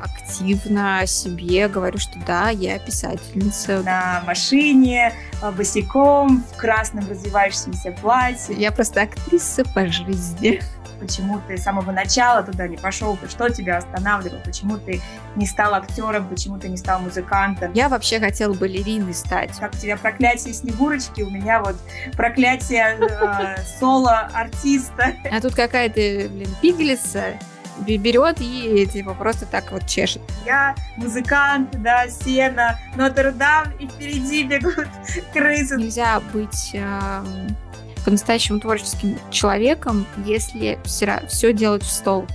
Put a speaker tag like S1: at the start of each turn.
S1: активно себе говорю, что да, я писательница.
S2: На машине, э, босиком, в красном развивающемся платье.
S1: Я просто актриса по жизни.
S2: Почему ты с самого начала туда не пошел? Что тебя останавливало? Почему ты не стал актером? Почему ты не стал музыкантом?
S1: Я вообще хотела балериной стать.
S2: Как у тебя проклятие Снегурочки, у меня вот проклятие э, соло-артиста.
S1: А тут какая-то, блин, пиглица берет и типа просто так вот чешет.
S2: Я музыкант, да, сена, Нотр-Дам, и впереди бегут крысы.
S1: Нельзя быть э, по-настоящему творческим человеком, если все, все делать в стол.